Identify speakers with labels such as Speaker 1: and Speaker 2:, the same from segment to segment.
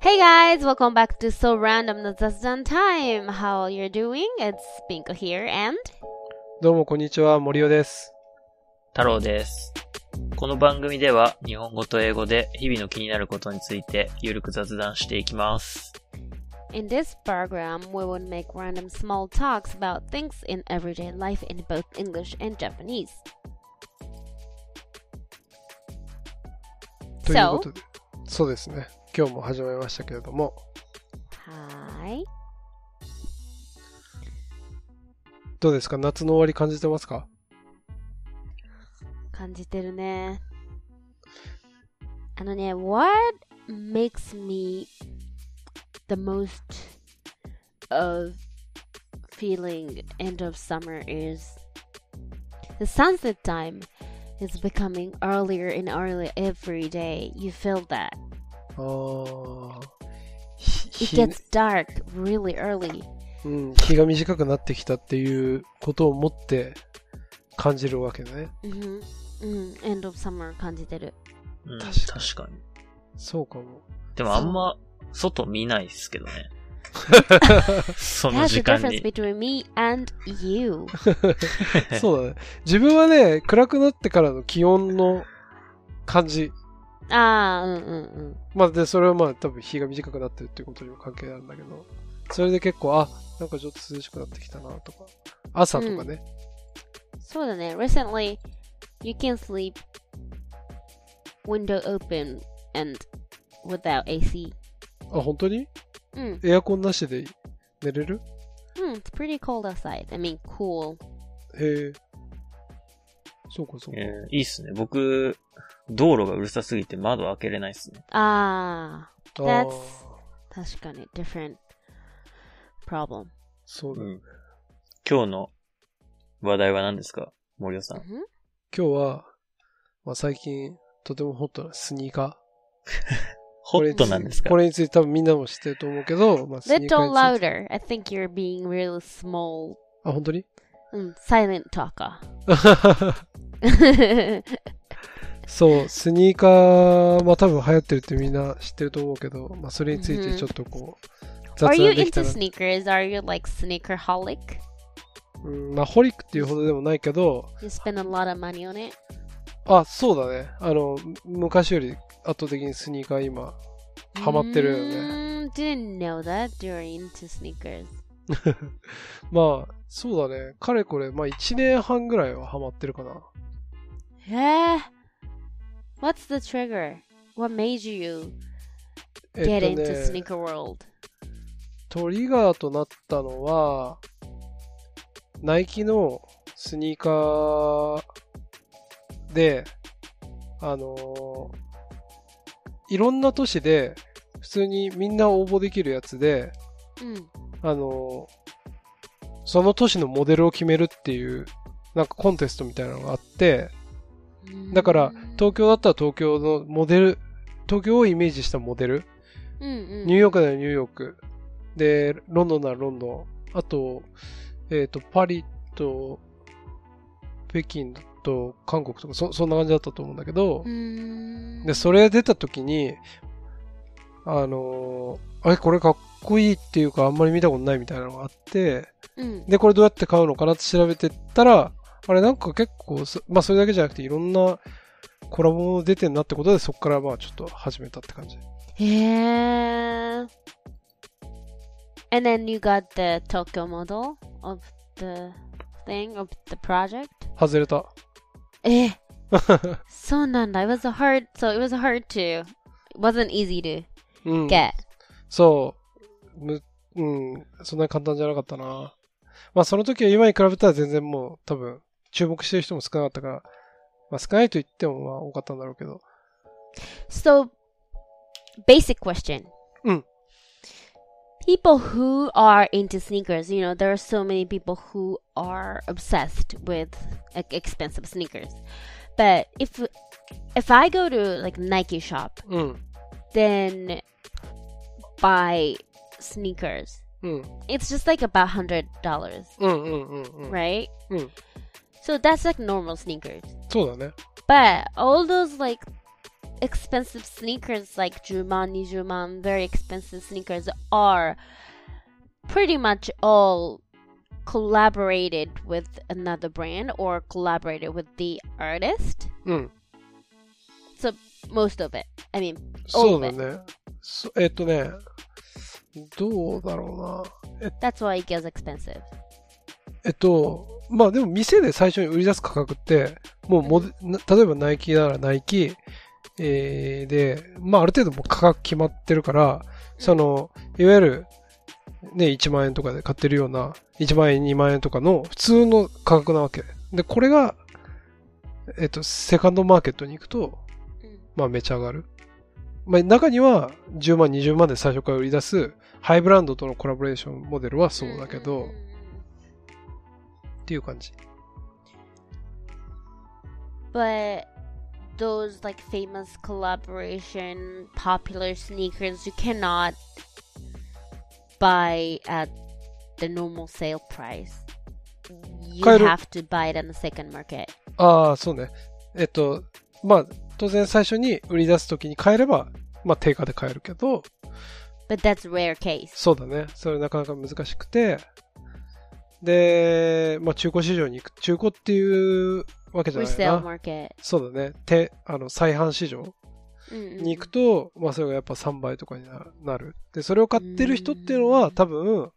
Speaker 1: Hey guys, welcome back to So Random の雑談 Time. How you're doing? It's Binko here and
Speaker 2: どうもこんにちは、森尾です。
Speaker 3: 太郎です。この番組では日本語と英語で日々の気になることについてゆるく雑談していきます。
Speaker 1: in this program we will make random small talks about things in everyday life in both English and Japanese.
Speaker 2: というこ
Speaker 1: So,
Speaker 2: とで、そうですね。今日も始まりましたけれども、
Speaker 1: hi.
Speaker 2: どうですか夏の終わり感じてますか
Speaker 1: 感じてるね。あのね、what makes me the most of feeling end of summer is the sunset time is becoming earlier and earlier every day. You feel that.
Speaker 2: あー
Speaker 1: It
Speaker 2: ひ日
Speaker 1: gets dark really early.
Speaker 2: うん、日が短くなってきたっていうことを持って感じるわけね。
Speaker 1: うん、うん、end Mm-hmm. of summer 感じてる。
Speaker 3: うん、
Speaker 2: 確
Speaker 3: 確
Speaker 2: か
Speaker 3: か
Speaker 2: に
Speaker 3: に。
Speaker 2: そうかも。
Speaker 3: でもあんま外見ないっすけ どね。その
Speaker 1: That's the
Speaker 3: 時間
Speaker 1: difference
Speaker 3: に。
Speaker 1: between me and you.
Speaker 2: そうだね。自分はね、暗くなってからの気温の感じ。
Speaker 1: ああ、うんうんうん。
Speaker 2: まあ、で、それはまあ、多分日が短くなってるっていうことにも関係あるんだけど、それで結構、あ、なんかちょっと涼しくなってきたなとか、朝とかね。
Speaker 1: そうだね。Recently, you can sleep window open and without AC.
Speaker 2: あ、本当に
Speaker 1: うん。
Speaker 2: エアコンなしで寝れる
Speaker 1: うん。It's Hmm, pretty cold outside. I mean, cool.
Speaker 2: へえ。そうかそうか。
Speaker 3: えーいいっすね。僕、道路がうるさすぎて窓開けれないっすね。
Speaker 1: あ
Speaker 2: あー
Speaker 1: Ah, that's- あ、確かに different problem.
Speaker 2: そうだ。
Speaker 3: うん。今日の話題は何ですか森尾さん。
Speaker 1: うん
Speaker 2: 今日は、まあ、最近、とてもホットなスニーカー。
Speaker 3: ホットなんですか
Speaker 2: これについて多分みんなも知ってると思うけど、まあ、スニーカ
Speaker 1: Little
Speaker 2: ーについて。
Speaker 1: louder. I think you're being real small.
Speaker 2: あ、本当に
Speaker 1: うん。silent talker.
Speaker 2: そう、スニーカー、まあ多分流行ってるってみんな知ってると思うけど、まあそれについてちょっとこう、雑
Speaker 1: Are
Speaker 2: 談
Speaker 1: you
Speaker 2: できた
Speaker 1: into
Speaker 2: ら。
Speaker 1: sneakers? Are you like sneaker holic?
Speaker 2: うん、まあホリックっていうほどでもないけど、
Speaker 1: You spend a lot of money on it?
Speaker 2: あ、そうだね。あの、昔より圧倒的にスニーカー今、ハマってるよね。
Speaker 1: Mm, didn't know that you're into sneakers.
Speaker 2: まあ、そうだね。かれこれ、まあ1年半ぐらいはハマってるかな。
Speaker 1: Yeah. Eh, What's the trigger? What made you
Speaker 2: え
Speaker 1: get
Speaker 2: っと
Speaker 1: into
Speaker 2: ね、
Speaker 1: sneaker world?
Speaker 2: トリガーとなったのは、ナイキのスニーカーで、あのーいろんな都市で、普通にみんな応募できるやつで、
Speaker 1: Mm.
Speaker 2: あのーその都市のモデルを決めるっていう、なんかコンテストみたいなのがあって、だから東京だったら東京のモデル、東京をイメージしたモデル、
Speaker 1: Mm,
Speaker 2: ニューヨークならニューヨーク、で、ロンドンならロンドン、あと、えっ、と、パリと、北京と韓国とか、そそんな感じだったと思うんだけど、
Speaker 1: Mm.
Speaker 2: で、それ出た時に、あのーあれ、これかっこいいっていうか、あんまり見たことないみたいなのがあって、
Speaker 1: Mm.
Speaker 2: で、これどうやって買うのかなって調べてったら、あれなんか結構そ、まあそれだけじゃなくていろんなコラボもの出てんなってことで、そこからまあちょっと始めたって感じ。
Speaker 1: Yeah. And then you got the Tokyo model of the thing of the project.
Speaker 2: 外れた。
Speaker 1: Eh. so nanda. It was a hard. So it was hard to. It wasn't easy to
Speaker 2: うん。
Speaker 1: get.
Speaker 2: そう。む、うん。そんなに簡単じゃなかったな。まあその時は今に比べたら全然もう多分注目してる人も少なかったから、まあ少ないと言ってもまあ多かったんだろうけど。
Speaker 1: So, basic question.
Speaker 2: Mm.
Speaker 1: People who are into sneakers, you know, there are so many people who are obsessed with like, expensive sneakers. But if if I go to like Nike shop,
Speaker 2: うん。
Speaker 1: then buy sneakers.
Speaker 2: うん。
Speaker 1: It's just like about hundred dollars,
Speaker 2: うんうんうんうん。
Speaker 1: right?
Speaker 2: Mm.
Speaker 1: So that's like normal sneakers.
Speaker 2: そうだね。
Speaker 1: But all those like expensive sneakers like Juman, Nijuman, very expensive sneakers are pretty much all collaborated with another brand or collaborated with the artist.
Speaker 2: うん。
Speaker 1: So most of it. I mean,
Speaker 2: そ
Speaker 1: all of
Speaker 2: うだ
Speaker 1: it.
Speaker 2: ね。そえっとね、どうだろうな。え
Speaker 1: That's why it gets expensive.
Speaker 2: えっと、まあでも店で最初に売り出す価格って、もうモデな例えばナイキならナイキ、えーで、まあある程度もう価格決まってるから、その、いわゆる、ね、1万円とかで買ってるような、1万円、2万円とかの普通の価格なわけ。で、これが、えっと、セカンドマーケットに行くと、まあめちゃ上がる。まあ中には10万、20万で最初から売り出すハイブランドとのコラボレーションモデルはそうだけど、
Speaker 1: Mm-hmm.
Speaker 2: っていう感じ。
Speaker 1: But those like famous collaboration, popular sneakers, you cannot buy at the normal sale price. You
Speaker 2: 買える。
Speaker 1: have to buy it on the second market.
Speaker 2: ああ、そうね。えっと、まあ、当然最初に売り出すときに買えれば、まあ、定価で買えるけど、
Speaker 1: But that's rare case.
Speaker 2: そうだね。それなかなか難しくて、で、まあ、中古市場に行く。中古っていうわけじゃない
Speaker 1: Resale
Speaker 2: な。
Speaker 1: market.
Speaker 2: そうだね。て、あの、再販市場
Speaker 1: うんうん。
Speaker 2: に行くと、まあ、それがやっぱ3倍とかにななる。で、それを買ってる人っていうの
Speaker 1: う
Speaker 2: は、
Speaker 1: ん
Speaker 2: 多分、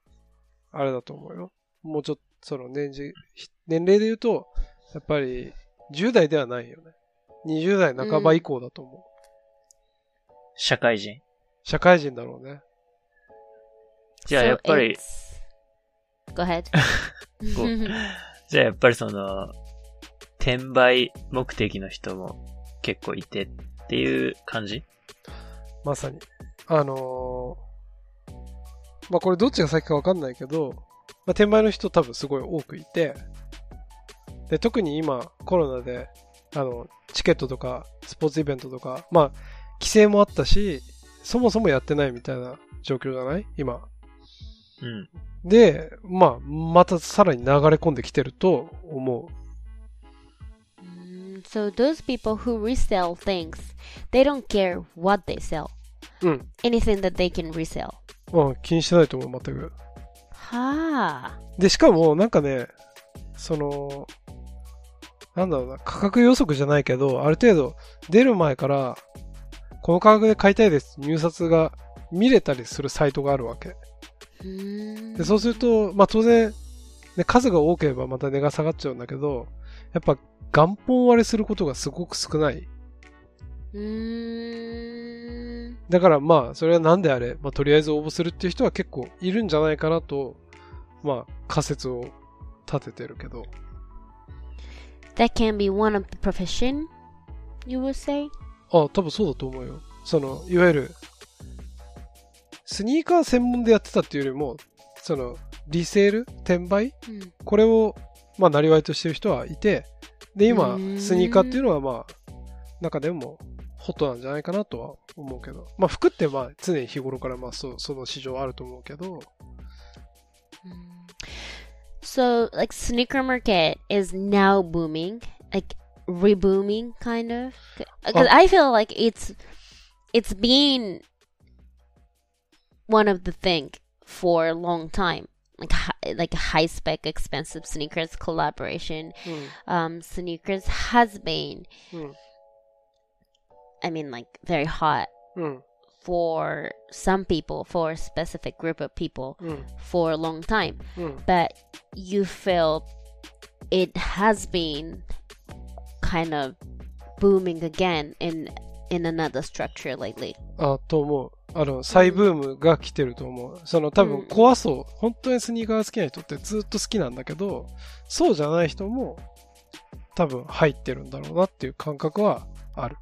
Speaker 2: あれだと思うよ。もうちょっと、その年次、年齢で言うと、やっぱり、10代ではないよね。20代半ば以降だと思う。
Speaker 3: 社会人。
Speaker 2: 社会人だろうね。
Speaker 3: じゃあ
Speaker 1: So
Speaker 3: やっぱり、
Speaker 1: it's- Go ahead.
Speaker 3: こうじゃあやっぱりその、転売目的の人も結構いてっていう感じ
Speaker 2: まさに。あのーまあこれどっちが先かわかんないけど、まあ転売の人多分すごい多くいて、で、特に今コロナで、あの、チケットとかスポーツイベントとか、まあ規制もあったし、そもそもやってないみたいな状況じゃない今。
Speaker 3: うん。
Speaker 2: で、まあ、またさらに流れ込んできてると思う。
Speaker 1: Mm, so those people who resell things, they don't care what they sell.
Speaker 2: Mm.
Speaker 1: Anything that they can resell.
Speaker 2: うん、気にしてないと思う、全く。
Speaker 1: Ha.
Speaker 2: で、しかも、なんかね、その、なんだろうな、価格予測じゃないけど、ある程度、出る前から、この価格で買いたいですって入札が見れたりするサイトがあるわけ。
Speaker 1: Mm-hmm.
Speaker 2: で、そうすると、まあ当然、ね、数が多ければまた値が下がっちゃうんだけど、やっぱ元本割れすることがすごく少ない。
Speaker 1: Mm,
Speaker 2: だからまあ、それは何であれ、まあとりあえず応募するっていう人は結構いるんじゃないかなと、まあ仮説を立ててるけど。
Speaker 1: that can be one of the profession, you would say?
Speaker 2: あ、多分そうだと思うよ。その、いわゆる、スニーカー専門でやってたっていうよりも、その、リセール転売
Speaker 1: Mm.
Speaker 2: これを、まあ、なりわいとしてる人はいて、で、今
Speaker 1: うー、ん
Speaker 2: スニーカーっていうのは、まあ、中でも、ホットなんじゃないかなとは思うけど。まあ、服って、まあ、常に日頃から、まあ、そう、その市場あると思うけど、
Speaker 1: So, like, sneaker market is now booming, like rebooming, kind of. Because
Speaker 2: Oh.
Speaker 1: I feel like it's it's been one of the thing for a long time, like hi- like high spec, expensive sneakers collaboration. Um, sneakers has been,
Speaker 2: Mm.
Speaker 1: I mean, like very hot
Speaker 2: うん、うん、
Speaker 1: for some people, for a specific group of people,
Speaker 2: うん、
Speaker 1: for a long time.
Speaker 2: うん。
Speaker 1: but you feel it has been kind of booming again in in another structure lately.
Speaker 2: あ、と思う。あの、再ブームが来てると思う。その多
Speaker 1: うん
Speaker 2: 分、怖そう。本当にスニーカー好きな人ってずっと好きなんだけど、そうじゃない人も多分入ってるんだろうなっていう感覚はある。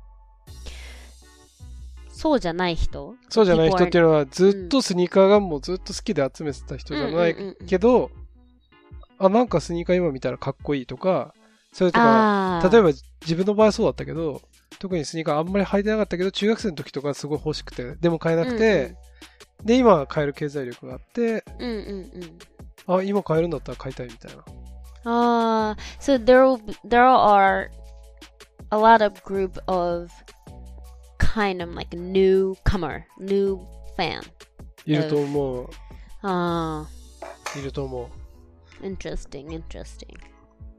Speaker 1: そうじゃない人
Speaker 2: そうじゃない人
Speaker 1: People
Speaker 2: っていうのはずっとスニーカーがもうずっと好きで集めてた人じゃない
Speaker 1: うんうんうんうん
Speaker 2: けど、あ、なんかスニーカー今見たらかっこいいとか、それとか、
Speaker 1: あ
Speaker 2: 例えば自分の場合はそうだったけど、特にスニーカーあんまり履いてなかったけど、中学生の時とかすごい欲しくて、でも買えなくて、で、今は買える経済力があって、あ、今買えるんだったら買いたいみたいな。
Speaker 1: Uh, so there will be- there are a lot of group of kind of like newcomer, new fan.
Speaker 2: いると思う。
Speaker 1: Ah,
Speaker 2: いると思う。
Speaker 1: interesting, interesting.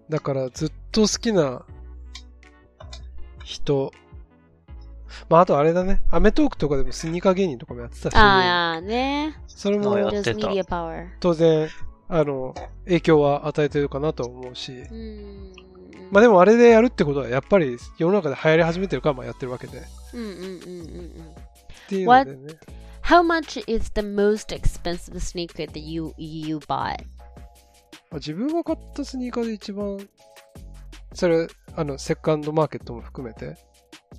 Speaker 2: だからずっと好きな人。まあ、あとあれだね。アメトークとかでもスニーカー芸人とかもやってたし、
Speaker 1: ああね。
Speaker 2: それ
Speaker 3: あや
Speaker 2: も
Speaker 3: っ
Speaker 1: Ah, Just
Speaker 3: てた
Speaker 1: media power.
Speaker 2: 当然、あの、影響は与えてるかなと思うし。
Speaker 1: うん。
Speaker 2: まあでもあれでやるってことは、やっぱり世の中で流行り始めてるから、まあやってるわけで。っ
Speaker 1: うんうんうんうんうん。
Speaker 2: ていうので
Speaker 1: hmm,
Speaker 2: ね。
Speaker 1: How much is the most expensive sneaker that you you bought?
Speaker 2: あ自分が買ったスニーカーで一番、それ、あの、セカンドマーケットも含めて、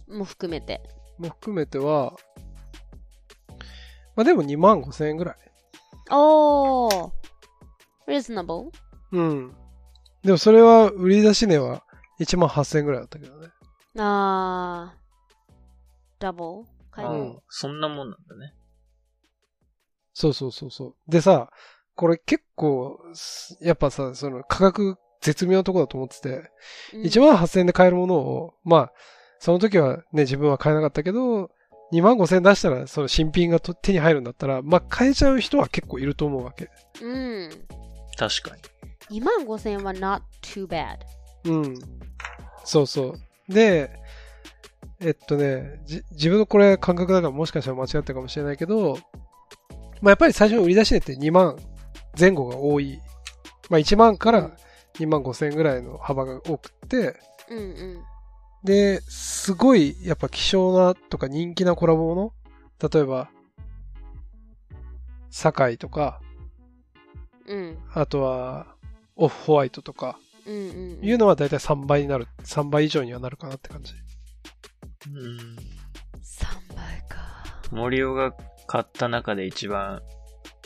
Speaker 1: も含めて。
Speaker 2: も含めては、まあでも2万5千円ぐらい。
Speaker 1: Oh, reasonable.
Speaker 2: うん。でもそれは売り出し値は1万8千円ぐらいだったけどね。
Speaker 1: あー Ah, double. 買え
Speaker 2: う
Speaker 1: る
Speaker 2: ん
Speaker 3: ああそんなもんなんだね。
Speaker 2: そうそうそうそう。でさ、これ結構、すやっぱさ、その価格絶妙なとこだと思ってて、
Speaker 1: うん
Speaker 2: 1万8000円で買えるものを、まあ、その時はね、自分は買えなかったけど、2万5000円出したら、その新品がと手に入るんだったら、まあ、買えちゃう人は結構いると思うわけ。
Speaker 1: うん。
Speaker 3: 確かに。
Speaker 1: 2万5千円は not too bad.
Speaker 2: うん。そうそう。で、えっとね、じ自分のこれ感覚だからもしかしたら間違ってるかもしれないけど、まあ、やっぱり最初の売り出し値って2万前後が多い。まあ、1万から2万5000円ぐらいの幅が多くて、
Speaker 1: うんうん。
Speaker 2: で、すごい、やっぱ希少なとか人気なコラボもの例えば、酒井とか、
Speaker 1: うん
Speaker 2: あとは、オフホワイトとか、
Speaker 1: うんうんうん。
Speaker 2: いうのは大体3倍になる、3倍以上にはなるかなって感じ。
Speaker 3: うん。
Speaker 1: 3倍か。
Speaker 3: 森尾が買った中で一番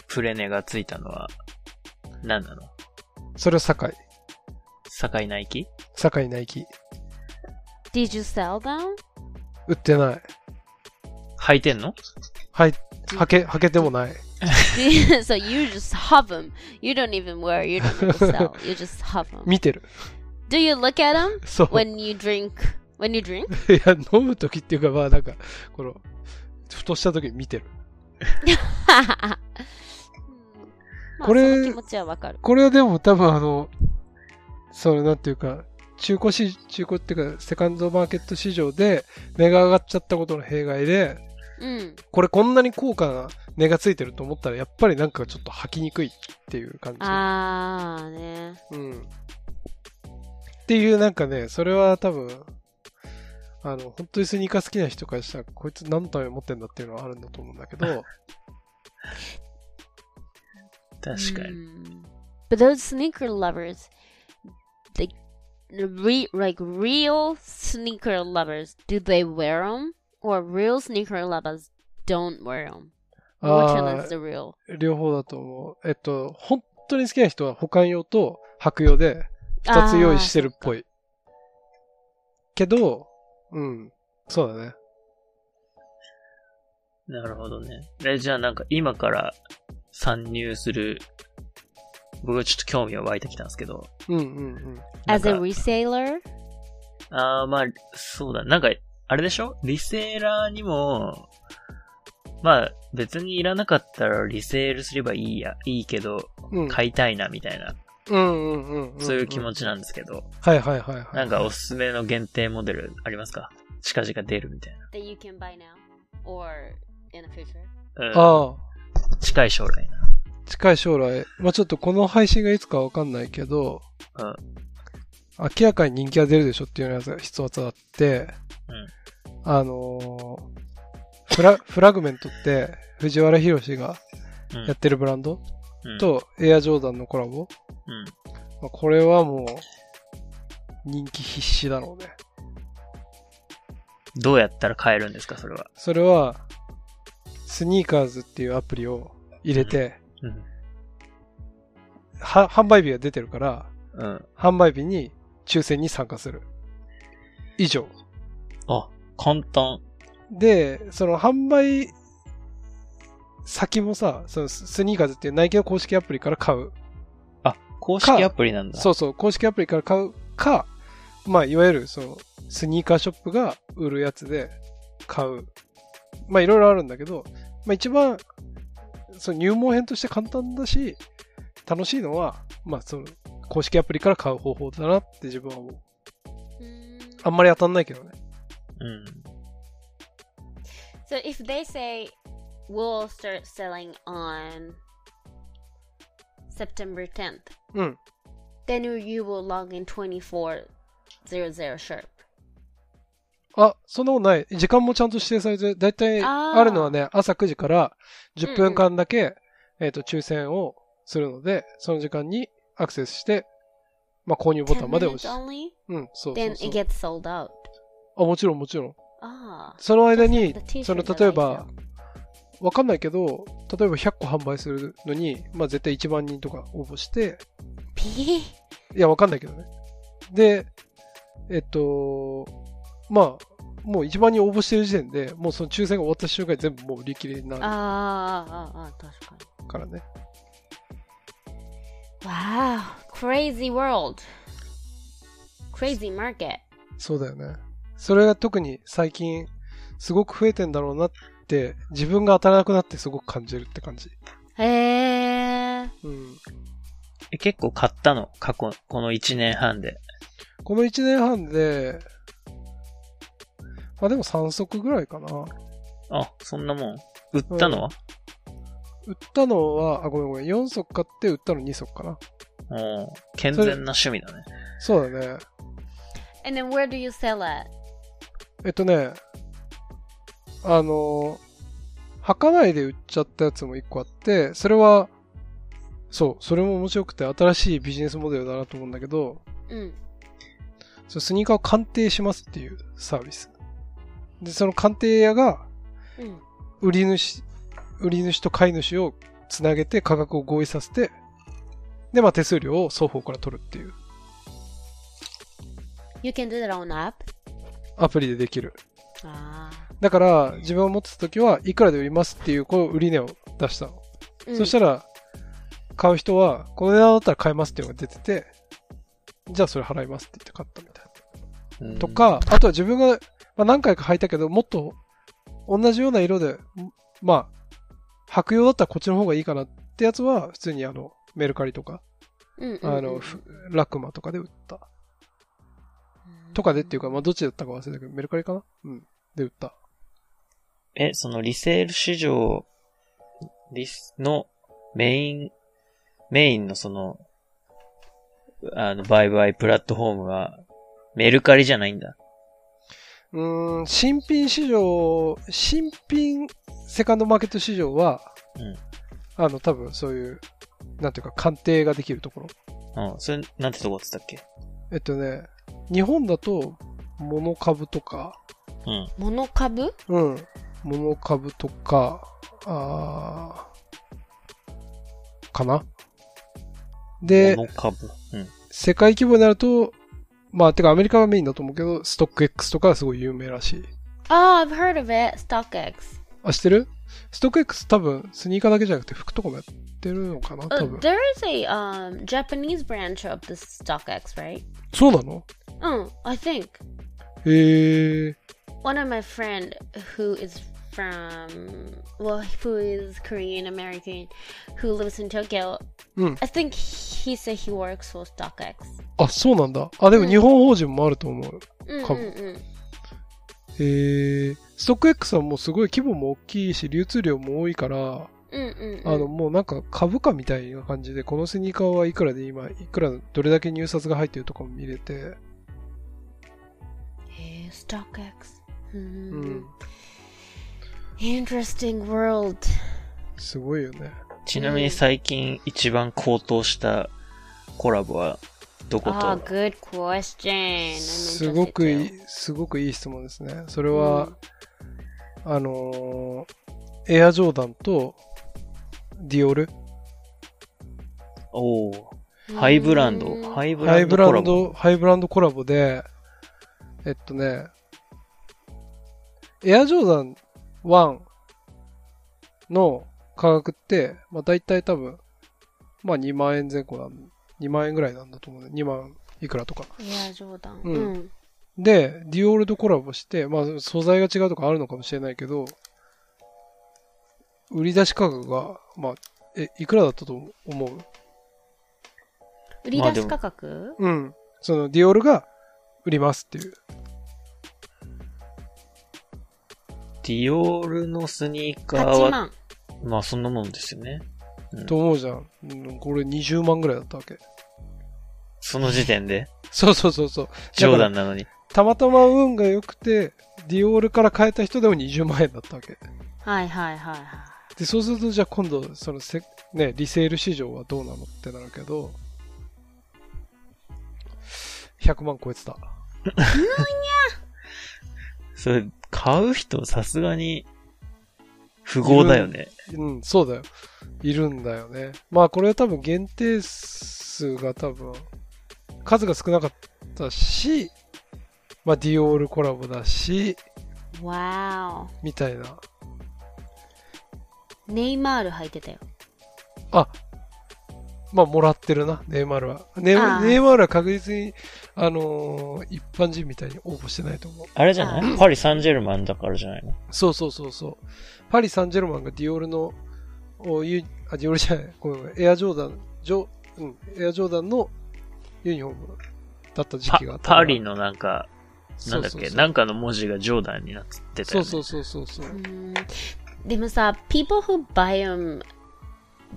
Speaker 3: プレネがついたのは、何なの
Speaker 2: それは酒井。
Speaker 3: 境ナイキ
Speaker 2: 酒井ナイキ。
Speaker 1: Did you sell them?
Speaker 2: 売ってない。
Speaker 3: 履いてんの
Speaker 2: はい、はけ、はけてもない。
Speaker 1: so you just have them. You don't even wear. You don't even sell. You just have them.
Speaker 2: 見てる。
Speaker 1: Do you look at them
Speaker 2: そう。
Speaker 1: when you drink? When you drink?
Speaker 2: いや、飲む時っていうか、まあなんか、この、ふとした時に見てる。
Speaker 1: まあ
Speaker 2: これ
Speaker 1: その気持ちはわかる。
Speaker 2: これはでも多分あの、そのなんていうか、中古市、中古っていうか、セカンドマーケット市場で値が上がっちゃったことの弊害で、
Speaker 1: うん。
Speaker 2: これこんなに高価な値がついてると思ったら、やっぱりなんかちょっと履きにくいっていう感じ。
Speaker 1: あーね。
Speaker 2: うん。っていうなんかね、それは多分、あの、本当にスニーカー好きな人からしたら、こいつ何のために持ってんだっていうのはあるんだと思うんだけ ど、
Speaker 3: 確かに。
Speaker 1: Mm. But those sneaker lovers, they re, like real sneaker lovers, do they wear them? Or real sneaker lovers don't wear them? Which one
Speaker 2: あ
Speaker 1: is the real?
Speaker 2: ー両方だと思う。えっと、本当に好きな人は保管用と白用で、二つ用
Speaker 1: Ah,
Speaker 2: 意してるっぽい。けど、うん。そうだね。
Speaker 3: なるほどね。え、じゃあなんか今から参入する、僕はちょっと興味が湧いてきたんですけど。
Speaker 2: うんうんうん。
Speaker 3: なん
Speaker 1: As a
Speaker 3: か
Speaker 1: reseller?
Speaker 3: ああ、まあ、そうだ。なんか、あれでしょリセーラーにも、まあ、別にいらなかったらリセールすればいいや、いいけど、
Speaker 2: うん、
Speaker 3: 買いたいな、みたいな、
Speaker 2: うんうんうんうん。
Speaker 3: そういう気持
Speaker 2: ち。
Speaker 3: ちなんですけど、
Speaker 2: はいはいはいはい。
Speaker 3: なんかおすすめの限定モデルありますか近々出るみたい
Speaker 1: That you can buy now? Or in the future?
Speaker 3: な。うん、
Speaker 2: ああ、
Speaker 3: 近い将来な。
Speaker 2: 近い将来。まあちょっとこの配信がいつかわかんないけど、
Speaker 3: うん
Speaker 2: 明らかに人気が出るでしょっていうようなやつが一つあって、あのーフラ、フラグメントって藤原宏が
Speaker 3: うん
Speaker 2: やってるブランド、
Speaker 3: うん、
Speaker 2: とエアジョーダンのコラボ。
Speaker 3: うん。
Speaker 2: まあこれはもう、人気必至だろうね。
Speaker 3: どうやったら買えるんですか、それは。
Speaker 2: それは、スニーカーズっていうアプリを入れて、
Speaker 3: うん。
Speaker 2: は販売日が出てるから、
Speaker 3: うん。
Speaker 2: 販売日に抽選に参加する。以上。
Speaker 3: あ、簡単。
Speaker 2: で、その販売先もさ、そのススニーカーズっていうナイキの公式アプリから買う。
Speaker 3: あ、公式アプリなんだ。
Speaker 2: そうそう、公式アプリから買うか、まあ、いわゆるそのスニーカーショップが売るやつで、買う。まあいろいろあるんだけど、まあ一番、その入門編として簡単だし、楽しいのは、まあその、公式アプリから買う方法だなって自分は思う。あんまり当たんないけどね。
Speaker 3: うん。
Speaker 1: So if they say we'll start selling on September 10th,
Speaker 2: うん。
Speaker 1: then you- you will log in 2400 sharp.
Speaker 2: あ、そんなことない。時間もちゃんと指定されて、だいたい
Speaker 1: あー
Speaker 2: あるのはね、朝9時から10分間だけ、えっ、と、抽選をするので、その時間にアクセスして、まあ、購入ボタン
Speaker 1: 10
Speaker 2: まで押
Speaker 1: minutes
Speaker 2: し、
Speaker 1: only?
Speaker 2: うん、そうそう
Speaker 1: Then
Speaker 2: そ
Speaker 1: it
Speaker 2: う。
Speaker 1: gets sold out.
Speaker 2: あ、もちろんもちろん。
Speaker 1: Ah.
Speaker 2: その間
Speaker 1: just
Speaker 2: に
Speaker 1: like the、
Speaker 2: その
Speaker 1: T-shirt that
Speaker 2: 例え
Speaker 1: I
Speaker 2: ば
Speaker 1: sell.、
Speaker 2: わかんないけど、例えば100個販売するのに、まあ絶対1万人とか応募して、
Speaker 1: P?
Speaker 2: いや、わかんないけどね。で、えっと、まあ、もう一番に応募してる時点で、もうその抽選が終わった瞬間に全部もう売り切れにな
Speaker 1: Ah, ah, ah,
Speaker 2: るからね。
Speaker 1: 確かに。Wow. Crazy world. Crazy market.
Speaker 2: そうだよね。それが特に最近、すごく増えてんだろうなって、自分が当たらなくなってすごく感じるって感じ。
Speaker 1: へー。
Speaker 2: うん。
Speaker 3: え結構買ったの過去、この1年半で。
Speaker 2: この1年半で、まあでも3足ぐらいかな。
Speaker 3: あ、そんなもん。売ったのは、
Speaker 2: 売ったのは、あ、ごめんごめん、4足買って売ったの2足かな。
Speaker 3: おー健全な趣味だね。
Speaker 2: そうだね。
Speaker 1: And then where do you sell at?
Speaker 2: えっとね、あの、履かないで売っちゃったやつも1個あって、それは、そう、それも面白くて新しいビジネスモデルだなと思うんだけど、
Speaker 1: うん。
Speaker 2: そのスニーカーを鑑定しますっていうサービス。で、その鑑定屋が
Speaker 1: うん。
Speaker 2: 売り主、売り主と買い主をつなげて価格を合意させて、で、まあ手数料を双方から取るっていう
Speaker 1: You can do that on app. Ah.
Speaker 2: アプリでできる。
Speaker 1: あ
Speaker 2: だから、自分が持ってた時はいくらで売りますっていう、こう、売り値を出したの。
Speaker 1: あ。うん
Speaker 2: そしたら、買う人は、この値段だったら買えますっていうのが出てて、じゃあそれ払いますって言って買ったみたい
Speaker 3: うん
Speaker 2: な。と、か、あとは自分が、まあ、何回か履いたけど、もっと同じような色で、んまあ、履くようだったらこっちの方がいいかなってやつは、普通にあの、メルカリとか、
Speaker 1: うんうんうん
Speaker 2: あの、ふラクマとかで売った。
Speaker 1: mm.
Speaker 2: とかでっていうか、まあ、どっちだったか忘れたけど、メルカリかなうん。で売った。
Speaker 3: え、そのリセール市場リスのメイン、メインのその、あの、売買プラットフォームは、メルカリじゃないんだ。
Speaker 2: うーん、新品市場、新品セカンドマーケット市場は、
Speaker 3: うん
Speaker 2: あの、多分そういう、なんていうか、鑑定ができるところ。
Speaker 3: うん。それ、なんてとこっつったっけ
Speaker 2: えっとね、日本だと、モノ株とか、
Speaker 3: うん。
Speaker 1: モノ株
Speaker 2: うん、モノ株とか、あーかな。で
Speaker 3: モ、ノ株。うん。
Speaker 2: 世界規模になると、まあ、てかアメリカがメインだと思うけど、ストック X とかはすごい有名らしい。
Speaker 1: ああ、I've Ah, heard of it. StockX.
Speaker 2: あ、知ってるストック X 多分、スニーカーだけじゃなくて服とかもやってるのかな
Speaker 1: Uh,
Speaker 2: 多分。
Speaker 1: there is a um, Japanese branch of the StockX, right?
Speaker 2: そうなの
Speaker 1: Um, I think
Speaker 2: へえ。
Speaker 1: one of my friend who is from well, who is Korean American, who lives in Tokyo.
Speaker 2: うん。
Speaker 1: I think he said he works for StockX.
Speaker 2: あ、そうなんだ。あ、でも日本法人もあると思う。
Speaker 1: Mm,
Speaker 2: Come.
Speaker 1: mm, mm.
Speaker 2: へえ。ストック X はもうすごい規模も大きいし、流通量も多いから、
Speaker 1: Mm, mm, mm.
Speaker 2: あの、もうなんか株価みたいな感じで、このスニーカーはいくらで今、いくら、どれだけ入札が入ってるとかも見れて、
Speaker 1: Hey, StockX.
Speaker 2: う
Speaker 1: Hmm.
Speaker 2: ん。
Speaker 1: Interesting world.
Speaker 2: すごいよね。
Speaker 3: ちなみに最近一番高騰したコラボは、どこ
Speaker 1: Ah,
Speaker 3: と
Speaker 1: good question. I'm
Speaker 2: す
Speaker 1: interested
Speaker 2: ごくい
Speaker 1: too.
Speaker 2: い、すごくいい質問ですね。それは、あのーエアジョーダンとディオル、
Speaker 3: おお。ハイブラン
Speaker 1: うん
Speaker 3: ド。ハイブ
Speaker 2: ハ
Speaker 3: ラ
Speaker 2: イ
Speaker 3: ンド
Speaker 2: ブ
Speaker 3: コ
Speaker 2: ラ
Speaker 3: ラ
Speaker 2: ン
Speaker 3: ボ。
Speaker 2: ド、ハイブランドコラボで、えっとね、エアジョーダン1の価格って、まあ大体多分、まあ2万円前後なん、2万円ぐらいなんだと思うね。2万いくらとか。
Speaker 1: エアジョーダン。
Speaker 2: うん
Speaker 1: うん。
Speaker 2: で、ディオールとコラボして、まあ、素材が違うとかあるのかもしれないけど、売り出し価格が、まあ、え、いくらだったと思う
Speaker 1: 売り出し価格、
Speaker 2: うん。その、ディオールが売りますっていう。
Speaker 3: ディオールのスニーカー
Speaker 1: ?8
Speaker 3: は、
Speaker 1: 万。
Speaker 3: まあそんなもんですよね。うん
Speaker 2: と思うじゃん。うんこれ20万ぐらいだったわけ。
Speaker 3: その時点で、
Speaker 2: そうそうそうそう。
Speaker 3: 冗
Speaker 2: だか
Speaker 3: 談なのに。
Speaker 2: らたまたま運が良くて、ディオールから変えた人でも20万円だったわけ。
Speaker 1: はいはいはいはい。
Speaker 2: で、そうすると、じゃあ今度、そのせ、ね、リセール市場はどうなのってなるけど、100万超えてた。
Speaker 3: それ、買う人さすがに、不合だよね。
Speaker 2: うん、そうだよ。いるんだよね。まあ、これは多分限定数が多分、数が少なかったし、まあ、ディオールコラボだし、
Speaker 1: わ
Speaker 2: みたいな。
Speaker 1: ーお。ネイマール履いてたよ。
Speaker 2: あ、まあ、もらってるな、ネイマールは。ネイ
Speaker 1: ああ
Speaker 2: ネイマールは確実に、あのー一般人みたいに応募してないと思う。
Speaker 3: あれじゃないパリ・サンジェルマンだからじゃないの
Speaker 2: そうそうそうそう。パリ・サンジェルマンがディオールの、おユあ、ディオールじゃない、ごめんごめんエアジョーダン、ジョ、うん、エアジョーダンのユニフォームだった時
Speaker 3: パ
Speaker 2: 期があっ、たから。
Speaker 3: パリのなんか、なんだっけ、
Speaker 2: そうそうそう
Speaker 3: なんかの文字が冗談になってた
Speaker 2: そ
Speaker 3: よ
Speaker 2: う
Speaker 3: ね。
Speaker 2: そうそうそうそうう。
Speaker 1: んでもさ、people who buy them,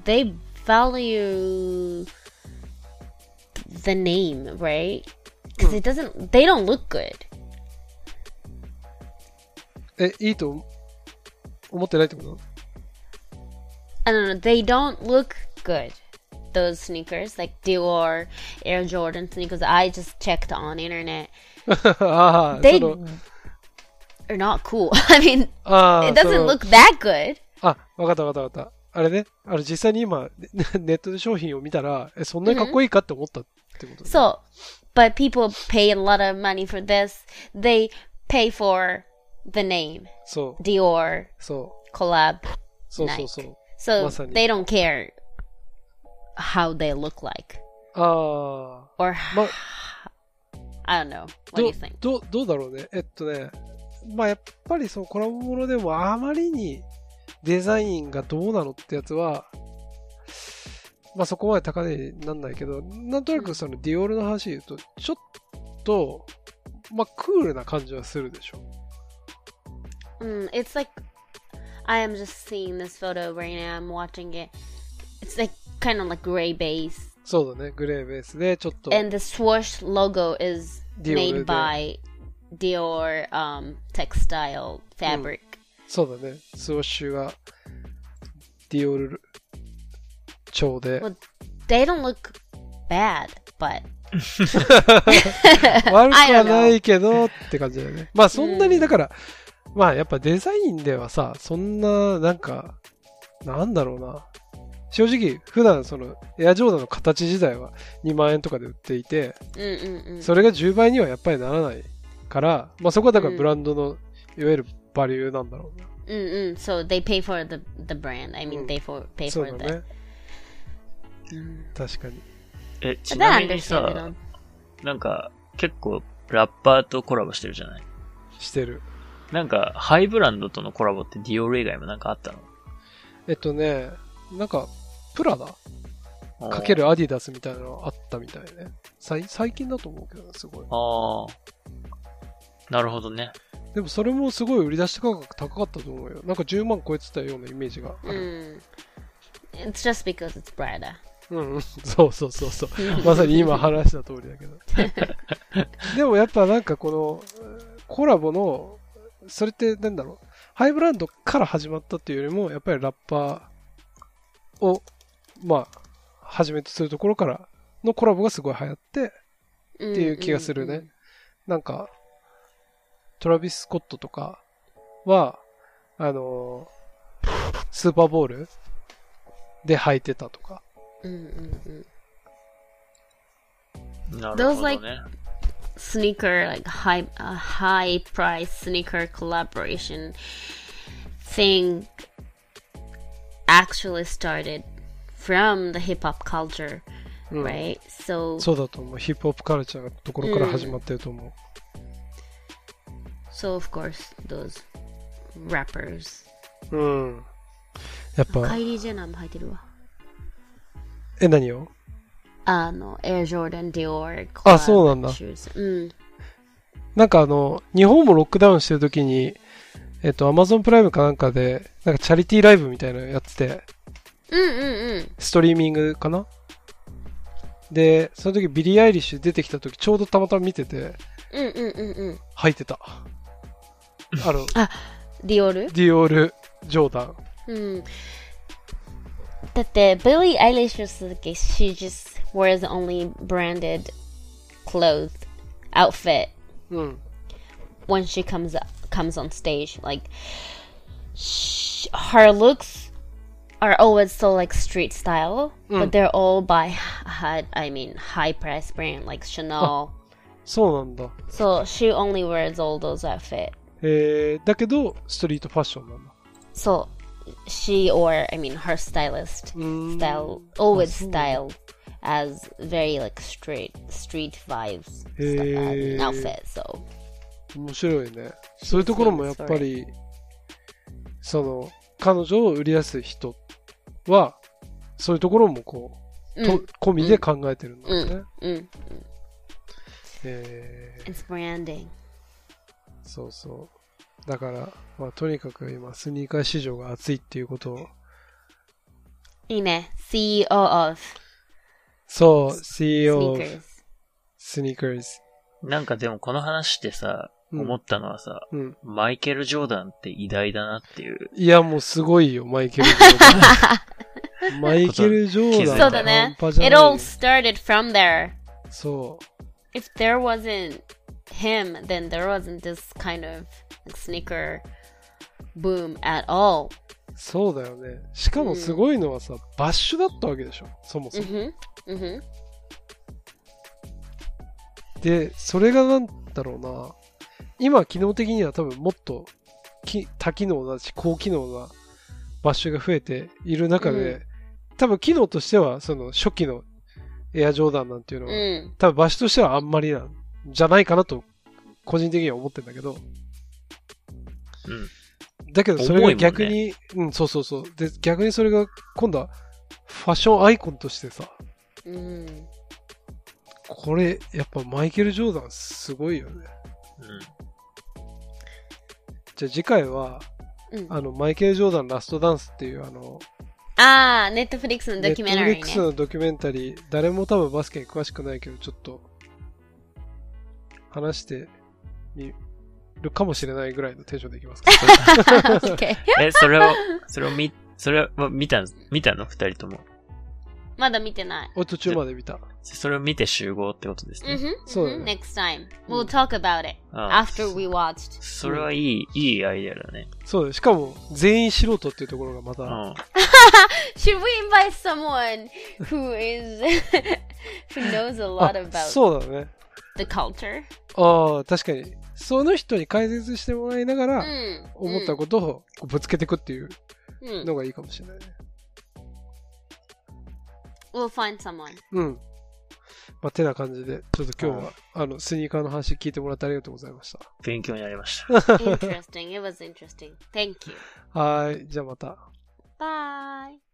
Speaker 1: they value the name, right? Because it doesn't, they don't look good.
Speaker 2: え、いいと思ってないってこと
Speaker 1: I don't know, they don't look good. Those sneakers, like Dior, Air Jordan sneakers, I just checked on internet,
Speaker 2: ああ、
Speaker 1: They-
Speaker 2: その、
Speaker 1: are not cool. I mean,
Speaker 2: ああ、
Speaker 1: it
Speaker 2: そ
Speaker 1: doesn't
Speaker 2: の
Speaker 1: look that good.
Speaker 2: あ、わかったわかったわかった。あれね、あの実際に今、ねネットで商品を見たら、え、そんなにかっこいいかって思ったってこと、ね
Speaker 1: So, but people pay a lot of money for this. They pay for the name
Speaker 2: そう、
Speaker 1: Dior
Speaker 2: そう、
Speaker 1: collab.
Speaker 2: そうそうそう。
Speaker 1: So
Speaker 2: まさに。
Speaker 1: they don't care how they look like
Speaker 2: ああ。
Speaker 1: or
Speaker 2: ま
Speaker 1: I don't know. What do
Speaker 2: ど
Speaker 1: you think?
Speaker 2: どどうだろうね。えっとね、まあやっぱりそのコラボものでもあまりにデザインがどうなのってやつは、まあそこまで高値になんないけど、なんとなくそのディオールの話で言うと、ちょっと、まあクールな感じはするでしょ。
Speaker 1: Mm, it's like I am just seeing this photo right now. I'm watching it. It's like kind of like gray base,
Speaker 2: そうだね、グレーベースでちょっと。
Speaker 1: and the swoosh logo is made
Speaker 2: Dior, yeah.
Speaker 1: by Dior um, textile fabric.
Speaker 2: そうだね、スウォッシュがディオール調で。
Speaker 1: Well, they don't look bad, but
Speaker 2: 悪く
Speaker 1: I don't
Speaker 2: はないけどって感じだよね。まあそんなにだから、まあやっぱデザインではさ、そんななんか、なんだろうな。正直、普段そのエアジョーダンの形自体は2万円とかで売っていて、
Speaker 1: Mm-mm-mm.
Speaker 2: それが10倍にはやっぱりならないから、まあそこはだか
Speaker 1: う
Speaker 2: ら
Speaker 1: ん
Speaker 2: ブランドのいわゆるバリューなんだろうな。
Speaker 1: Mm-mm. So they pay for the the brand. I mean,
Speaker 2: Mm.
Speaker 1: they for pay
Speaker 2: そう
Speaker 1: for
Speaker 2: だ
Speaker 1: the
Speaker 2: ね。確かに。
Speaker 3: え、ち
Speaker 1: But I
Speaker 3: なみに
Speaker 1: understand it
Speaker 3: さ
Speaker 1: all.、
Speaker 3: なんか、結構、ラッパーとコラボしてるじゃない
Speaker 2: してる。
Speaker 3: なんか、ハイブランドとのコラボってディオール以外もなんかあった
Speaker 2: えっとね、なんか、プラダ
Speaker 3: の
Speaker 2: かけ。るアディダスみたいなのあったみたいね。さい最近だと思うけど、すごい。
Speaker 3: あーあー。なるほどね。
Speaker 2: でもそれもすごい売り出し価格高かったと思うよ。なんか10万超えてたようなイメージがある。
Speaker 1: Mm. It's just because it's brighter.
Speaker 2: うん、 うん、そうそうそうそう。まさに今話した通りだけど。 でもやっぱなんかこのコラボの、それってなんだろう。ハイブランドから始まったっていうよりも、やっぱりラッパーを、まあ、はじめとするところからのコラボがすごい流行って、っていう気がするね。なんか、トラビス・スコットとかは、あのースーパーボールで履いてたとか。
Speaker 1: Mm-mm-mm.
Speaker 3: なるほど
Speaker 1: Those
Speaker 3: ね。
Speaker 1: Sneaker, like high, a high price sneaker collaboration thing actually started from the hip hop culture,
Speaker 2: うん
Speaker 1: right? So,
Speaker 2: そうだと思う。ヒップホップカルチャーのところから始まってると思う。
Speaker 1: So of course those rappers.
Speaker 2: うん。やっ
Speaker 1: カ
Speaker 2: ぱ、
Speaker 1: イリー・ジェナーも入ってるわ。
Speaker 2: え、何を
Speaker 1: あの、エア・ジョーダン、ディオー
Speaker 2: あそうなんだ
Speaker 1: うん。
Speaker 2: なんかあの、日本もロックダウンしてる時に、えっと、アマゾンプライムかなんかで、なんかチャリティーライブみたいなのやってて、
Speaker 1: うんうんうん。
Speaker 2: ストリーミングかなで、その時ビリー・アイリッシュ出てきた時、ちょうどたまたま見てて、
Speaker 1: うんうんうんうん。
Speaker 2: 履いて た。あの、
Speaker 1: ディオール
Speaker 2: ディオール・ジョーダン。
Speaker 1: うん。だって、Billie Eilish was like, she just wears only branded clothes, outfit
Speaker 2: うん。
Speaker 1: when she comes up, comes on stage. Like, sh her looks are always so like street style, but they're all by, high, I mean, high price brand like Chanel.
Speaker 2: そうなんだ。
Speaker 1: So she only wears all those outfit.
Speaker 2: えー、だけど、ストリートファッションなんだ。
Speaker 1: So she or I mean her stylist
Speaker 2: うーん。
Speaker 1: style always style as very like street street vibes st- uh,
Speaker 2: Hey.
Speaker 1: outfit. So
Speaker 2: 面白いね。そういうところもやっぱり、その、彼女を売り出す人は、そういうところもこう、と込みで考えてるんだよね。
Speaker 1: mm,
Speaker 2: え
Speaker 1: it's branding.
Speaker 2: ーそうそう。だから、まあ、とにかく今、スニーカー市場が熱いっていうことを、
Speaker 1: Ine, CEO of
Speaker 2: そう、CEO E of
Speaker 1: sneakers.
Speaker 2: スニーカーズ。
Speaker 3: なんかでもこの話ってさ、
Speaker 2: うん
Speaker 3: 思ったのはさ、
Speaker 2: うん。
Speaker 3: マイケル・ジョーダンって偉大だなっていう。
Speaker 2: いや、もうすごいよ、マイケル・ジョーダン。マイケル・ジョーダン
Speaker 3: そう
Speaker 2: が
Speaker 3: だ
Speaker 2: 半端じゃ
Speaker 1: It
Speaker 2: ない
Speaker 1: all started from there.
Speaker 2: そう。
Speaker 1: If there wasn't him, then there wasn't this kind of like, sneaker boom at all.
Speaker 2: そうだよね。しかもすごいのはさ、バッシュだったわけでしょ、そもそも。
Speaker 1: Mm-hmm. Mm-hmm.
Speaker 2: で、それがなんだろうな。今、機能的には多分もっとき多機能だし、高機能なバッシュが増えている中で、
Speaker 1: う
Speaker 2: 多分機能としては、その初期のエアジョーダンなんていうのは、
Speaker 1: Mm.
Speaker 2: 多分バッシュとしてはあんまりなんじゃないかなと、個人的には思ってんだけど、
Speaker 3: うん。
Speaker 2: だけどそれ
Speaker 3: 重いも
Speaker 2: が
Speaker 3: んね
Speaker 2: 逆に、うん、そうそうそう。で、逆にそれが今度はファッションアイコンとしてさ、
Speaker 1: Mm.
Speaker 2: これ、やっぱマイケル・ジョーダンすごいよね。
Speaker 3: うん。
Speaker 2: じゃあ次回は、
Speaker 1: うん
Speaker 2: あの、マイケル・ジョーダンラストダンスっていう、あの、
Speaker 1: Ah, Netflix の
Speaker 2: ネットフ
Speaker 1: documentary
Speaker 2: リックスのドキュメンタリー、誰も多分バスケに詳しくないけど、ちょっと、話してみるかもしれないぐらいのテンションでいき ますか。
Speaker 1: ね。
Speaker 3: え、それを、それを見、それは見た、見たの二人とも。
Speaker 1: まだ見てない。
Speaker 2: お途中まで見た。
Speaker 3: それを見て集合ってことですね。
Speaker 1: Mhm,
Speaker 2: そうだ
Speaker 1: mhm,
Speaker 2: ね
Speaker 1: Next time. We'll talk about it
Speaker 3: ああ
Speaker 1: after we watched.
Speaker 3: それはいい、いいアイデアだね。
Speaker 2: そうだよしかも、全員素人っていうところがま
Speaker 3: う
Speaker 2: た、
Speaker 3: ん。
Speaker 1: Should we invite someone who is who knows a lot
Speaker 2: あ
Speaker 1: about
Speaker 2: そうだね。
Speaker 1: the culture?
Speaker 2: ああ、確かに。その人に解説してもらいなが
Speaker 1: Ah,
Speaker 2: ら、
Speaker 1: うん
Speaker 2: 思ったことをこうぶつけていくっていう
Speaker 1: うん
Speaker 2: のがいいかもしれないね。
Speaker 1: We'll find someone.
Speaker 2: うん。まあ、てな感じで、ちょっと今日は、あの、スニーカーの話聞いてもらってありがとうございました。
Speaker 3: 勉強になりました。
Speaker 1: Interesting. It was interesting. Thank you.
Speaker 2: はーい。じゃあまた。
Speaker 1: Bye.